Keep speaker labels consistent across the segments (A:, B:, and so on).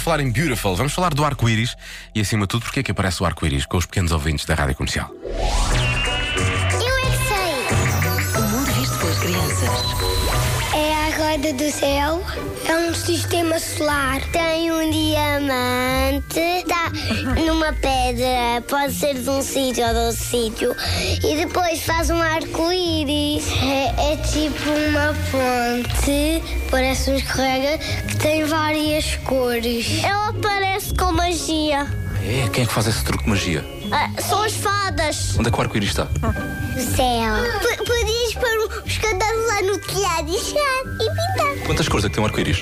A: falar em Beautiful, vamos falar do arco-íris e, acima de tudo, porque é que aparece o arco-íris com os pequenos ouvintes da rádio comercial.
B: Eu é que sei.
C: O mundo visto pelas crianças.
B: É a roda do céu, é um sistema solar. Tem um diamante, está numa pedra, pode ser de um sítio ou de outro sítio. E depois faz um arco-íris. É, é tipo uma ponte, parece um escorrega, que tem várias cores. Ela aparece com magia. Ah,
D: É, quem é que faz esse truque de magia?
B: são as fadas.
D: Onde é que o arco-íris está?
B: céu. Podias pôr um- os cadernos lá no telhado e chegar e pintar.
D: Quantas cores é que tem um arco-íris?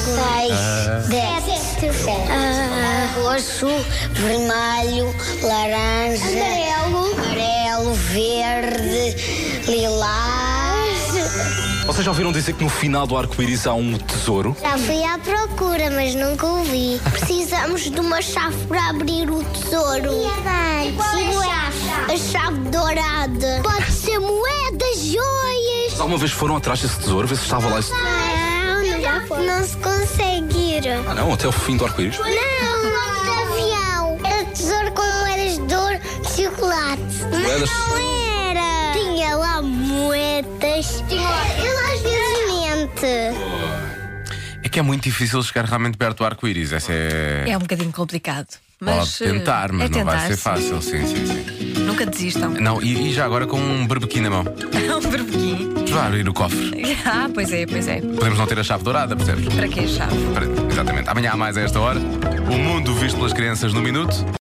B: Seis, dez, Ah. roxo, vermelho, laranja, amarelo, verde, lilás.
D: Vocês já ouviram dizer que no final do arco-íris há um tesouro?
B: Já fui à procura, mas nunca o vi. Precisamos de uma chave para abrir o tesouro. E é a chave? A chave dourada. Pode ser moedas, joias.
D: Alguma vez foram atrás desse tesouro, ver se estava lá esse...
B: Não, não, não se conseguiram.
D: Ah não, até o fim do arco-íris?
B: é Não, um avião. Era tesouro com moedas de ouro de chocolate.
D: Moedas?
B: Não era. Tinha lá moedas. Eu às vezes mente.
A: É que é muito difícil chegar realmente perto do arco-íris. Essa é.
E: É um bocadinho complicado.
A: Pode
E: Mas,
A: tentar,
E: eh,
A: mas
E: é
A: não vai
E: tentar,
A: ser
E: sim.
A: fácil. Sim, sim, sim.
E: Nunca desistam.
A: Não, e, e já agora com um berbequim na mão.
E: um berbequim.
A: Vamos lá abrir o cofre.
E: Ah, pois é, pois é.
A: Podemos não ter a chave dourada, percebes?
E: Para que chave?
A: Para- Exatamente. Amanhã há mais a esta hora. O mundo visto pelas crianças no minuto.